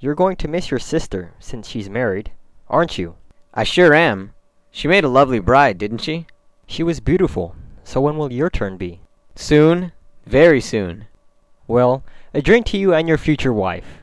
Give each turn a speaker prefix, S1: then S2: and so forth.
S1: You're going to miss your sister, since she's married, aren't you?
S2: I sure am. She made a lovely bride, didn't she?
S1: She was beautiful, so when will your turn be?
S2: Soon, very soon.
S1: Well, a drink to you and your future wife.